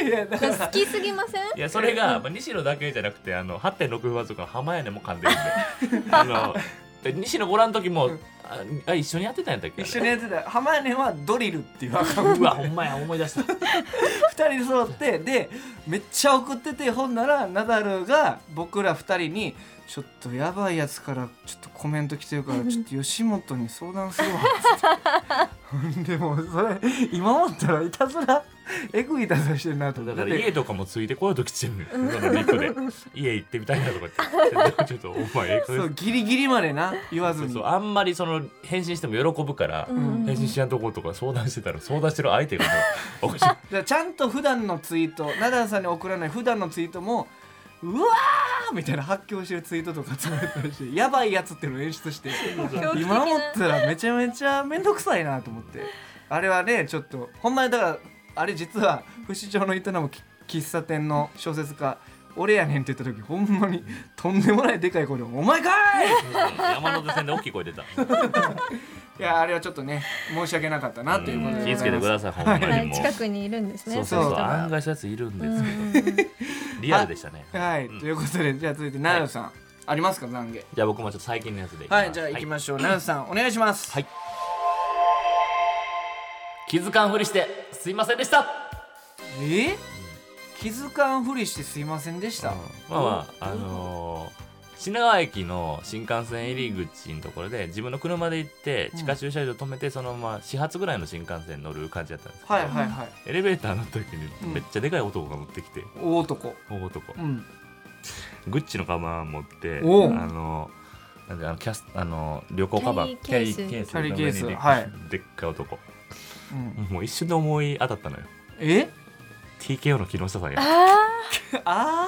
[SPEAKER 2] いやだか
[SPEAKER 4] 好
[SPEAKER 2] ら
[SPEAKER 4] きすぎません
[SPEAKER 3] いやそれが、まあ、西野だけじゃなくてあの8.6分とかの浜屋根も噛んでるん であので西野ご覧の時もああ一緒にやってたんやったっけ
[SPEAKER 2] 一緒にやってた浜根はドリルっていうアカウント
[SPEAKER 3] うわほんまや思い出した
[SPEAKER 2] 2人揃ってでめっちゃ送っててほんならナダルが僕ら2人に「ちょっとやばいやつからちょっとコメント来てるからちょっと吉本に相談するわ」っつってでもそれ今思ったらいたずらえぐいいたずらしてるなと思
[SPEAKER 3] だ
[SPEAKER 2] っ
[SPEAKER 3] から
[SPEAKER 2] て
[SPEAKER 3] 家とかもついてこようときてんのよそのリップで家行ってみたいなとか ってちょっとお前ええ加減
[SPEAKER 2] そうギリギリまでな言わず
[SPEAKER 3] そう
[SPEAKER 2] に
[SPEAKER 3] そうあんまりその返信しても喜ぶから、
[SPEAKER 4] うん
[SPEAKER 3] 返信しやんとことか相談してたら相談してる相手がもう おかしい
[SPEAKER 2] だからちゃんと普段のツイートナダルさんに送らない普段のツイートもうわーみたいな発狂してるツイートとか集めたりしてやばいやつっていうのを演出して
[SPEAKER 4] 狂気的な
[SPEAKER 2] 今思ったらめちゃめちゃ面倒くさいなと思ってあれはねちょっとほんまにだからあれ実は不死鳥の営むき喫茶店の小説家俺やねんって言った時ほんまにとんでもないでかい声で「お前かい!」
[SPEAKER 3] 山手線で大きい声出た
[SPEAKER 2] いやあれはちょっとね申し訳なかったなということで
[SPEAKER 3] 気ぃつけてくださいほんまにもう、
[SPEAKER 4] はい近くにいるんですね
[SPEAKER 3] そうそうそう
[SPEAKER 2] そう
[SPEAKER 3] 案外そういうやついるんですけど、リアルでしたね
[SPEAKER 2] はい、ということでじゃあ続いて奈良さん、ありますか懺悔
[SPEAKER 3] じゃあ僕もちょっと最近のやつでいきます
[SPEAKER 2] はい、じゃあ行きましょう。ナナさん、お願いします。
[SPEAKER 3] はい気づかんふりしてすいませんでした
[SPEAKER 2] え気づかんふりしてすいませんでした。
[SPEAKER 3] まあまああのー品川駅の新幹線入り口のところで自分の車で行って地下駐車場止めてそのまま始発ぐらいの新幹線に乗る感じだったんですけど、
[SPEAKER 2] はいはいはい。
[SPEAKER 3] エレベーターの時に
[SPEAKER 2] うん
[SPEAKER 3] めっちゃでかい男が持ってきて、
[SPEAKER 2] 大男。
[SPEAKER 3] 大男
[SPEAKER 2] うん。
[SPEAKER 3] グッチのカバン持ってあ
[SPEAKER 2] おう
[SPEAKER 3] のなんであのキャスあの旅行カバン
[SPEAKER 4] キャリーケー
[SPEAKER 2] ス
[SPEAKER 3] キャリーケースの上に
[SPEAKER 2] キャリーケース
[SPEAKER 3] でっかい男
[SPEAKER 2] うん、
[SPEAKER 3] もう一瞬で思い当たったのよ
[SPEAKER 2] え
[SPEAKER 3] T TKO の木下さんや
[SPEAKER 4] あ
[SPEAKER 2] あ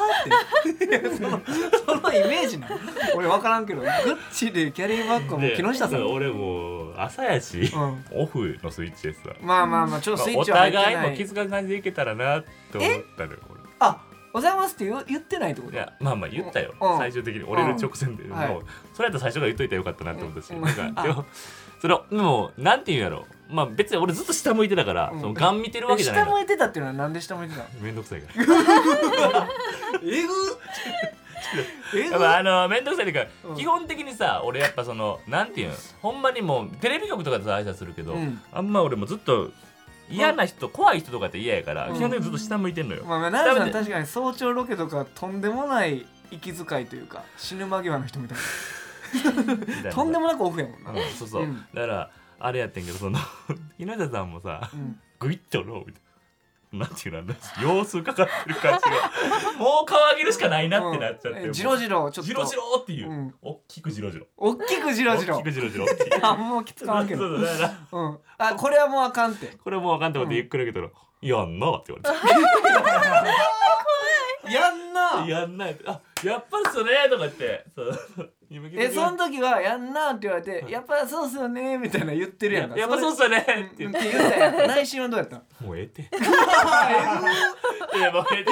[SPEAKER 2] ーってい やそのそのイメージなの俺分からんけどグッチでキャリーバッグはもう木下さん、
[SPEAKER 3] で俺もう朝やし、
[SPEAKER 2] ん
[SPEAKER 3] オフのスイッチでさ、
[SPEAKER 2] まあまあまあちょっとスイッ
[SPEAKER 3] お
[SPEAKER 2] チは入って
[SPEAKER 3] 互い
[SPEAKER 2] な
[SPEAKER 3] も
[SPEAKER 2] い
[SPEAKER 3] 気づかん感じでいけたらなと思ったのよ
[SPEAKER 2] あおざいますって言う言ってないってこと
[SPEAKER 3] 俺いやまあまあ言ったよ、
[SPEAKER 2] うん
[SPEAKER 3] 最終的に俺の直線で、
[SPEAKER 2] ん
[SPEAKER 3] もう
[SPEAKER 2] はい
[SPEAKER 3] それやったら最初から言っといたらよかったなって思ったし、
[SPEAKER 2] うん
[SPEAKER 3] なんかでもそのもうなんて言うんやろまあ別に俺ずっと下向いてたから、
[SPEAKER 2] うん
[SPEAKER 3] そのガン見てるわけじゃない
[SPEAKER 2] 下
[SPEAKER 3] の
[SPEAKER 2] 向いてたっていうのはなんで下向いてたの
[SPEAKER 3] めんどくさいから
[SPEAKER 2] えぐ えぐ
[SPEAKER 3] やっぱあの面倒くさいっていうか、
[SPEAKER 2] うん
[SPEAKER 3] 基本的にさ俺やっぱそのなんていうんほんまにもうテレビ局とかでさ挨拶するけど、
[SPEAKER 2] うん
[SPEAKER 3] あんま俺もずっと嫌な人、怖い人とかって嫌やから、
[SPEAKER 2] うん
[SPEAKER 3] 基本的にずっと下向いてんのよ、
[SPEAKER 2] まあまあ奈良さん
[SPEAKER 3] 下向い
[SPEAKER 2] 確かに早朝ロケとかとんでもない息遣いというか死ぬ間際の人みたい
[SPEAKER 3] てみたい
[SPEAKER 2] な
[SPEAKER 3] な
[SPEAKER 2] とんでもなくオフやもんな、
[SPEAKER 3] うんそうそう、
[SPEAKER 2] うん
[SPEAKER 3] だからあれやってんけどその 木下さんもさ
[SPEAKER 2] うん
[SPEAKER 3] グイッとローみたいななんていうの様子かかってる感じ がもう顔上げるしかないなってなっちゃって、
[SPEAKER 2] うんえジロジロちょっと
[SPEAKER 3] ジロジロっていう、
[SPEAKER 2] うん
[SPEAKER 3] おっきくジロジロ
[SPEAKER 2] おっきくジ
[SPEAKER 3] ジ
[SPEAKER 2] ロジロ
[SPEAKER 3] 大きくジロジロっていう
[SPEAKER 2] あもうきつかんけ
[SPEAKER 3] そう
[SPEAKER 2] ど
[SPEAKER 3] そうだから
[SPEAKER 2] うんあこれはもうあかんって
[SPEAKER 3] これもうあかんと思ってゆっくり受 けたら「やんな」って言わ
[SPEAKER 2] やん
[SPEAKER 3] れ
[SPEAKER 2] な
[SPEAKER 3] て「やんな」って「あやっぱりっすね」とか言ってそう
[SPEAKER 2] えその
[SPEAKER 3] な
[SPEAKER 2] 時はやんなって言われてやっぱそうっすよねみたいな言ってるやんか
[SPEAKER 3] やっぱそうっすよね」って
[SPEAKER 2] う
[SPEAKER 3] 言
[SPEAKER 2] んっ
[SPEAKER 3] ってて
[SPEAKER 2] 言ったやん内心はどうや ったの
[SPEAKER 3] 「もうええって」いやもうええって」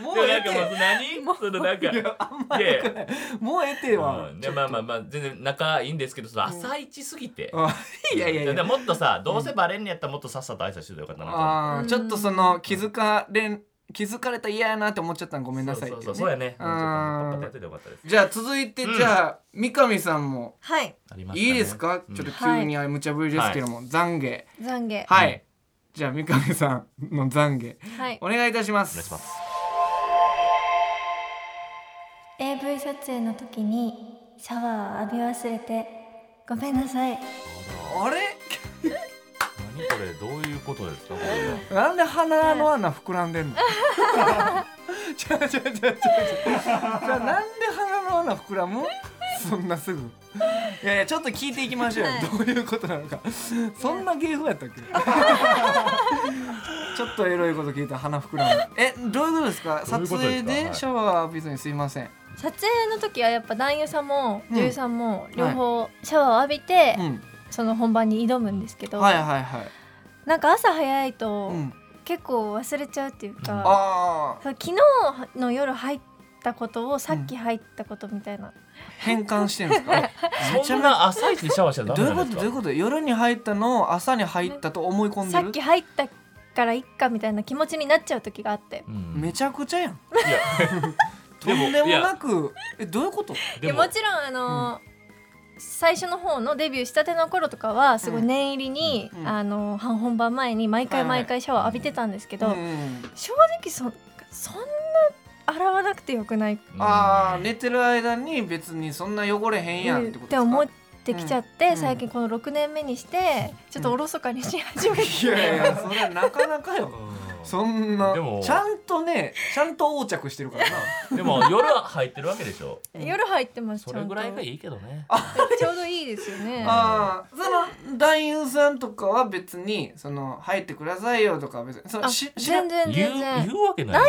[SPEAKER 2] もう
[SPEAKER 3] でも
[SPEAKER 2] ええ
[SPEAKER 3] なんかもう何そのなんか
[SPEAKER 2] いやあんまよくないもうええては
[SPEAKER 3] うんでまあまあまあ全然仲いいんですけどその朝一すぎて
[SPEAKER 2] あ いやいやいや
[SPEAKER 3] でもっとさどうせバレんねやったらもっとさっさと挨拶してたらよかったなと思って
[SPEAKER 2] あーちょっとその気づかれん気づかれたら嫌やなって思っちゃったのごめんなさいって
[SPEAKER 3] そ
[SPEAKER 2] ね
[SPEAKER 3] うそうそうそうやね
[SPEAKER 2] う
[SPEAKER 3] もうち
[SPEAKER 2] ん
[SPEAKER 3] ょっとパッパッとやっといてよかったです
[SPEAKER 2] じゃあ続いて
[SPEAKER 3] うん
[SPEAKER 2] じゃあ三上さんも
[SPEAKER 4] はい
[SPEAKER 3] ありましたね
[SPEAKER 2] いいですか
[SPEAKER 3] うん
[SPEAKER 2] ちょっと急にあれ無茶ぶりですけども懺悔
[SPEAKER 4] 懺悔
[SPEAKER 2] は
[SPEAKER 3] うん
[SPEAKER 2] いじゃあ三上さんの懺悔
[SPEAKER 4] はい
[SPEAKER 2] お願いいたしま
[SPEAKER 3] お願いし
[SPEAKER 2] す
[SPEAKER 3] ます
[SPEAKER 4] AV 撮影の時にシャワーを浴び忘れてごめんなさい
[SPEAKER 2] あれ
[SPEAKER 3] 何これどういうことですかこれは
[SPEAKER 2] なんで鼻の穴膨らんでんのちゃうちゃうちゃうちゃうちゃうじゃあなんで鼻の穴膨らむそんなすぐいやいやちょっと聞いていきましょうよ、
[SPEAKER 4] はい
[SPEAKER 2] どういうことなのかそんな芸風やったっけちょっとエロいこと聞いたら鼻膨らむえどういうことですか
[SPEAKER 3] どういう
[SPEAKER 2] 撮
[SPEAKER 3] ことです
[SPEAKER 2] 影
[SPEAKER 3] か
[SPEAKER 2] で
[SPEAKER 3] はい
[SPEAKER 2] シャワー浴びずにすいません、
[SPEAKER 4] 撮影の時はやっぱ男優さんも
[SPEAKER 2] うん
[SPEAKER 4] 女優さんも両方シャワーを浴びて、
[SPEAKER 2] うん、
[SPEAKER 4] その本番に挑むんですけど、
[SPEAKER 2] はいはいはい、
[SPEAKER 4] なんか朝早いと
[SPEAKER 2] うん、
[SPEAKER 4] 結構忘れちゃうっていうか、
[SPEAKER 2] あー
[SPEAKER 4] そう昨日の夜入ったことをさっき入ったことみたいな、
[SPEAKER 2] 変換してるんですかめち
[SPEAKER 3] そ
[SPEAKER 2] ゃ
[SPEAKER 3] ん
[SPEAKER 2] めちゃ
[SPEAKER 3] な朝一でシャワーしたら
[SPEAKER 2] どうい
[SPEAKER 3] ダ
[SPEAKER 2] う
[SPEAKER 3] メな
[SPEAKER 2] こ
[SPEAKER 3] ん
[SPEAKER 2] と
[SPEAKER 3] で
[SPEAKER 2] ど
[SPEAKER 3] すか
[SPEAKER 2] ういうこと夜に入ったのを朝に入ったと思い込んで
[SPEAKER 4] さ
[SPEAKER 2] る
[SPEAKER 4] っき入ったからいっかみたいな気持ちになっちゃう時があって、
[SPEAKER 3] うん
[SPEAKER 2] めちゃくちゃやん
[SPEAKER 3] いや
[SPEAKER 2] とんでもなくえどういうこと
[SPEAKER 4] いやもちろんあのー最初の方のデビューしたての頃とかはすごい念入りに、
[SPEAKER 2] うんうん
[SPEAKER 4] あのー本番前に毎回
[SPEAKER 2] はいはい
[SPEAKER 4] 毎回シャワー浴びてたんですけど、
[SPEAKER 2] ん、
[SPEAKER 4] 正直そそんな洗わなくてよくない
[SPEAKER 2] ああ寝てる間に別にそんな汚れへんやんってことですか
[SPEAKER 4] って思ってきちゃって、
[SPEAKER 2] うん
[SPEAKER 4] 最近この6年目にしてちょっとおろそかにし始めて、
[SPEAKER 2] いやいや それはなかなかよ
[SPEAKER 3] そ
[SPEAKER 2] そんな
[SPEAKER 3] でも
[SPEAKER 2] ちゃんとねちゃんと横着してるからな
[SPEAKER 3] でも夜は入ってるわけでしょ
[SPEAKER 2] うん
[SPEAKER 4] 夜入ってます
[SPEAKER 3] そ
[SPEAKER 4] ちゃ
[SPEAKER 3] れ
[SPEAKER 4] ん
[SPEAKER 3] ぐ
[SPEAKER 4] と
[SPEAKER 3] らいがいいけどね
[SPEAKER 4] ちょうどいいですよね
[SPEAKER 2] あーその男優さんとかは別にその入ってくださいよとかは別にその
[SPEAKER 4] あ
[SPEAKER 2] し知ら
[SPEAKER 4] 全然
[SPEAKER 3] 言う言
[SPEAKER 4] 全然男優
[SPEAKER 3] うわけない
[SPEAKER 4] さんっ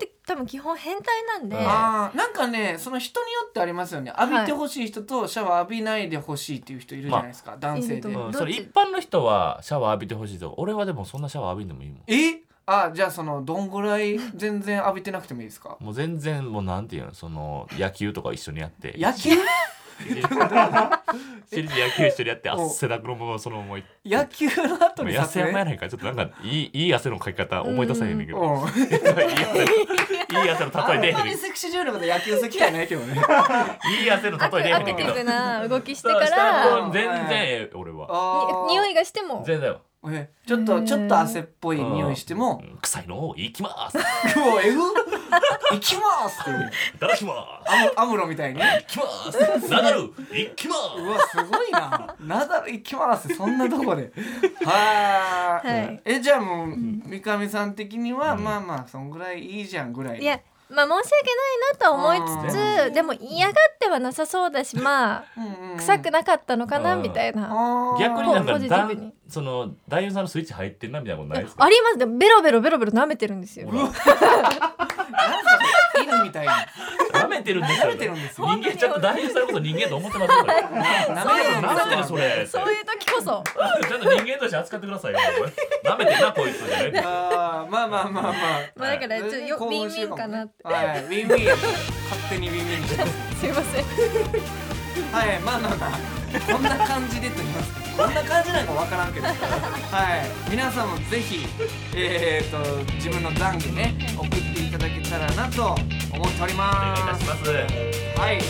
[SPEAKER 4] て多分基本変態なんで、
[SPEAKER 3] うん
[SPEAKER 2] あーなんかねその人によってありますよね浴びてほしい人とシャワー浴びないでほしいっていう人いるじゃないですか、男性
[SPEAKER 4] いると
[SPEAKER 2] で
[SPEAKER 4] 思
[SPEAKER 3] う
[SPEAKER 4] どっ
[SPEAKER 3] ん
[SPEAKER 4] ち
[SPEAKER 3] それ一般の人はシャワー浴びてほしいと俺はでもそんなシャワー浴びんでもいいもん
[SPEAKER 2] えあじゃあそのどんぐらい全然浴びてなくてもいいですか
[SPEAKER 3] もう全然もうなんていうのその野球とか一緒にやって
[SPEAKER 2] 野球
[SPEAKER 3] シリーズ野球一緒にやって
[SPEAKER 2] お
[SPEAKER 3] 汗だくのままそのまま行って
[SPEAKER 2] 野球の後
[SPEAKER 3] もう
[SPEAKER 2] に
[SPEAKER 3] 痩
[SPEAKER 2] 撮
[SPEAKER 3] せやまや
[SPEAKER 2] 影
[SPEAKER 3] ないからちょっとなんかいいいい汗のかき方思い出さへんねんけどいい
[SPEAKER 2] うんあんまり
[SPEAKER 3] 汗の 例え出えへんねんけ
[SPEAKER 2] セクシー女優のこと野球好きじゃないけどね
[SPEAKER 3] どいい汗の例え出えへ
[SPEAKER 4] ア
[SPEAKER 3] んねん
[SPEAKER 4] クテ
[SPEAKER 3] け
[SPEAKER 4] ィ
[SPEAKER 3] ど
[SPEAKER 4] ブな動きして
[SPEAKER 3] そう
[SPEAKER 4] か
[SPEAKER 3] したら
[SPEAKER 4] ら
[SPEAKER 3] もう全然ええ俺は
[SPEAKER 2] あ
[SPEAKER 4] に匂いがしても
[SPEAKER 3] 全然よ
[SPEAKER 2] えちょっとちょっと汗っぽい匂いしても
[SPEAKER 3] うん臭いの行きま
[SPEAKER 2] 「
[SPEAKER 3] す
[SPEAKER 2] くおえぐ行きます」っていう
[SPEAKER 3] いただきます
[SPEAKER 2] アムアムロみたいに
[SPEAKER 3] 行きますナダル行きま
[SPEAKER 2] うわすごいなナダル行きますそんなとこではー
[SPEAKER 4] はい
[SPEAKER 2] えじゃあもう三上さん的には、
[SPEAKER 3] うん
[SPEAKER 2] まあまあそんぐらいいいじゃんぐらいの
[SPEAKER 4] いやまあ申し訳ないなとは思いつ
[SPEAKER 2] う
[SPEAKER 4] つでも嫌がってはなさそうだしまあ臭くなかったのかな
[SPEAKER 3] うん
[SPEAKER 4] みたいな
[SPEAKER 2] あー
[SPEAKER 3] 逆になん
[SPEAKER 4] ポ
[SPEAKER 3] か
[SPEAKER 4] ジテ
[SPEAKER 3] だ
[SPEAKER 4] ィブに
[SPEAKER 3] その男優さんのスイッチ入ってんなみたいなことないですか
[SPEAKER 4] ありますでもベロベロベロベロ舐めてるんですよ
[SPEAKER 3] ほら
[SPEAKER 2] 犬みたいに
[SPEAKER 3] 舐めてるんですよ
[SPEAKER 2] 舐めてるんです
[SPEAKER 3] 人
[SPEAKER 2] よ
[SPEAKER 3] 間ちゃんと男優さんのこと人間と思ってますよこれ
[SPEAKER 2] 舐める
[SPEAKER 3] 舐めてるそれ
[SPEAKER 4] そういう時こそ
[SPEAKER 3] ちゃんと人間として扱ってくださいよこれ舐めてんなこいつじゃない
[SPEAKER 2] あーまあまあまあまあ
[SPEAKER 4] まあだからちょっとよビンビンかなって
[SPEAKER 2] はいウィンウィン勝手にウィンウィンしてます
[SPEAKER 4] すいません
[SPEAKER 2] はいまあまあまあこんな感じでと言いますこんな感じなんかわからんけどはい皆さんもぜひえー、と自分の懺悔ね送っていただけたらなと思っており
[SPEAKER 3] お願
[SPEAKER 2] ま
[SPEAKER 3] い
[SPEAKER 2] す
[SPEAKER 3] いたします
[SPEAKER 2] はい TBS ラジ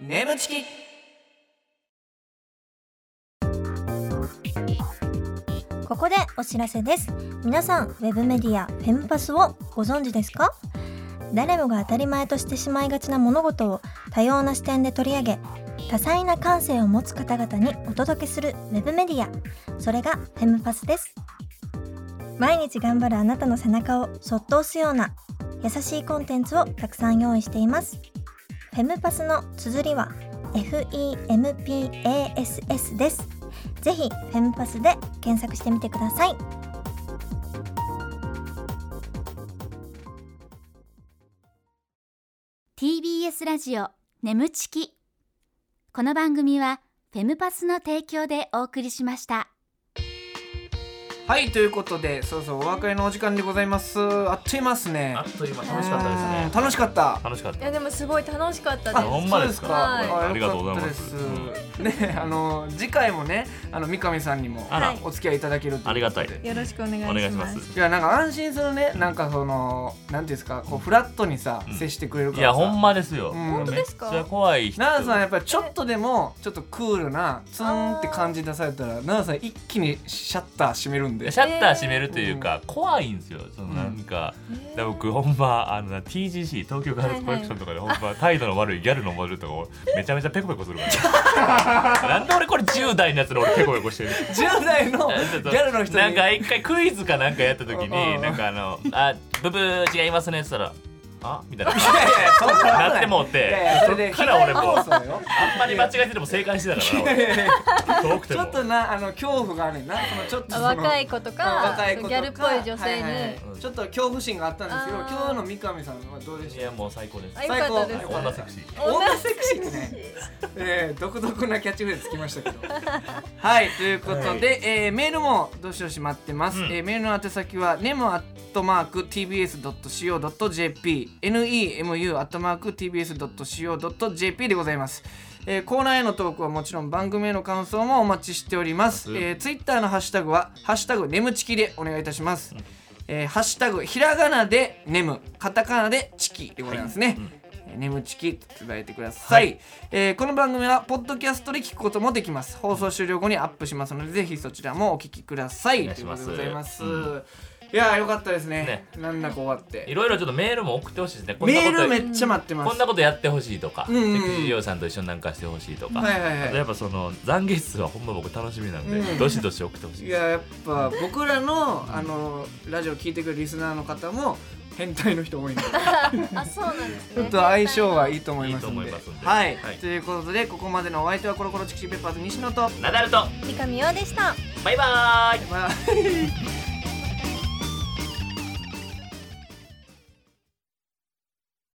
[SPEAKER 2] オ眠ちき
[SPEAKER 5] ここでお知らせです皆さんウェブメディアフェムパスをご存知ですか誰もが当たり前としてしまいがちな物事を多様な視点で取り上げ多彩な感性を持つ方々にお届けするウェブメディアそれがフェムパスです毎日頑張るあなたの背中をそっと押すような優しいコンテンツをたくさん用意していますフェムパスの綴りは FEMPASS ですぜひフェムパスで検索してみてください
[SPEAKER 1] ー TBS ラジオ眠ちきこの番組はフェムパスの提供でお送りしました
[SPEAKER 2] はいということでそうそうお別れのお時間でございますあっという間ですね
[SPEAKER 3] あっという間楽しかったです
[SPEAKER 2] うん
[SPEAKER 3] ね
[SPEAKER 2] 楽しかった
[SPEAKER 3] 楽しかっ
[SPEAKER 4] いやでもすごい楽しかった
[SPEAKER 3] あ
[SPEAKER 4] で
[SPEAKER 3] ほ
[SPEAKER 4] す
[SPEAKER 3] んまですか
[SPEAKER 2] そう
[SPEAKER 4] はい
[SPEAKER 3] ありがとうございます
[SPEAKER 2] よかったですねあの次回もねあの三上さんにも
[SPEAKER 3] たあら
[SPEAKER 2] お付き合いいただけるということ
[SPEAKER 3] あ
[SPEAKER 2] で
[SPEAKER 3] りがたい
[SPEAKER 4] よろしくお願いし
[SPEAKER 3] お
[SPEAKER 4] ます
[SPEAKER 3] 願いします
[SPEAKER 2] いやなんか安心するねなんかそのなんていうんですかこうフラットにさ、
[SPEAKER 3] うん
[SPEAKER 2] 接してくれるか
[SPEAKER 3] い
[SPEAKER 2] らさ
[SPEAKER 3] やほんまですよ
[SPEAKER 2] 本当
[SPEAKER 4] ですか
[SPEAKER 3] めっちゃ怖い人
[SPEAKER 2] 奈良さんやっぱりちょっとでもちょっとクールなツンって感じ出されたら奈良さん一気にシャッター閉めるんで
[SPEAKER 3] シャッター閉めるというか、怖いんですよ。そのなんか、
[SPEAKER 4] えー
[SPEAKER 3] で僕ほんまあのな TGC 東京ガールズコレクションとかでほんま態度の悪いギャルのモデルとかをめちゃめちゃペコペコするから。なん で俺これ10代のやつの俺ペコペコしてる。
[SPEAKER 2] 10代 のギャルの人に
[SPEAKER 3] なんか一回クイズかなんかやった時
[SPEAKER 2] う
[SPEAKER 3] に
[SPEAKER 2] ん
[SPEAKER 3] なんかあのあブブー違いますねって言ったらあみた いな。
[SPEAKER 2] いやいやそんなことない
[SPEAKER 3] なってもうて
[SPEAKER 2] いやいやそれで
[SPEAKER 3] そっから俺も
[SPEAKER 2] 被害妄想よ
[SPEAKER 3] あんまり間違えてても正解してたから
[SPEAKER 2] いやいやいや
[SPEAKER 3] 俺遠く て
[SPEAKER 2] ち
[SPEAKER 3] も
[SPEAKER 2] ょっとなあの恐怖があるねんなそのちょっとその
[SPEAKER 4] 若い子と
[SPEAKER 2] あ
[SPEAKER 4] か
[SPEAKER 2] 若い子と
[SPEAKER 4] ギ
[SPEAKER 2] か
[SPEAKER 4] ャルっぽい女性に、
[SPEAKER 2] はいはいはいちょっと恐怖心があったんですけど
[SPEAKER 4] あー
[SPEAKER 2] 今日の三上さんはどうで
[SPEAKER 3] い
[SPEAKER 2] し
[SPEAKER 3] やもう最高です
[SPEAKER 4] あ。よかったです
[SPEAKER 2] 最高
[SPEAKER 3] 女セクシー。
[SPEAKER 2] 女セクシーね えー、独特なキャッチフレーズつきましたけどはいということで、えーメールもどしどし待ってます、
[SPEAKER 3] うん
[SPEAKER 2] えーメールの宛先は nemu.tbs.co.jp nemu.tbs.co.jp でございますえーコーナーへのトークはもちろん番組への感想もお待ちしております、
[SPEAKER 3] うん
[SPEAKER 2] えー、ツイッターのハッシュタグは「ハッシュタグネムチキ」でお願いいたします、えーハッシュタグひらがなでネムカタカナでチキでございますね、えーネムチキとつぶやいてください、えーこの番組はポッドキャストで聞くこともできます放送終了後にアップしますのでぜひそちらもお聞きください
[SPEAKER 3] お願いします
[SPEAKER 2] ということでございます、
[SPEAKER 3] うん
[SPEAKER 2] いやーよかったですね
[SPEAKER 3] ね
[SPEAKER 2] なんだか終わって
[SPEAKER 3] いろいろちょっとメールも送ってほしいですね。こんな
[SPEAKER 2] メ
[SPEAKER 3] こ
[SPEAKER 2] ー
[SPEAKER 3] と
[SPEAKER 2] ルめっちゃ待ってます
[SPEAKER 3] こんなことやってほしいとか、
[SPEAKER 2] う
[SPEAKER 3] セ
[SPEAKER 2] んうんうん
[SPEAKER 3] クシー嬢さんと一緒になんかしてほしいとか、
[SPEAKER 2] はいはいはい
[SPEAKER 3] あとやっぱその懺悔室はほんま僕楽しみなんで、
[SPEAKER 2] うん
[SPEAKER 3] どしどし送ってほしい
[SPEAKER 2] い
[SPEAKER 3] です。
[SPEAKER 2] ややっぱ僕らのあのラジオ聞いてくるリスナーの方も変態の人多いん で
[SPEAKER 4] あそうなんです
[SPEAKER 2] ち
[SPEAKER 4] ね
[SPEAKER 2] ょっと相性はいいと思いますんで
[SPEAKER 3] いいと思いますんで
[SPEAKER 2] はい、
[SPEAKER 3] はい
[SPEAKER 2] ということでここまでのお相手はコロコロチキチキペッパーズ西野と、
[SPEAKER 3] ナダルと
[SPEAKER 5] 三上洋でした
[SPEAKER 3] バイバーイ
[SPEAKER 2] まあ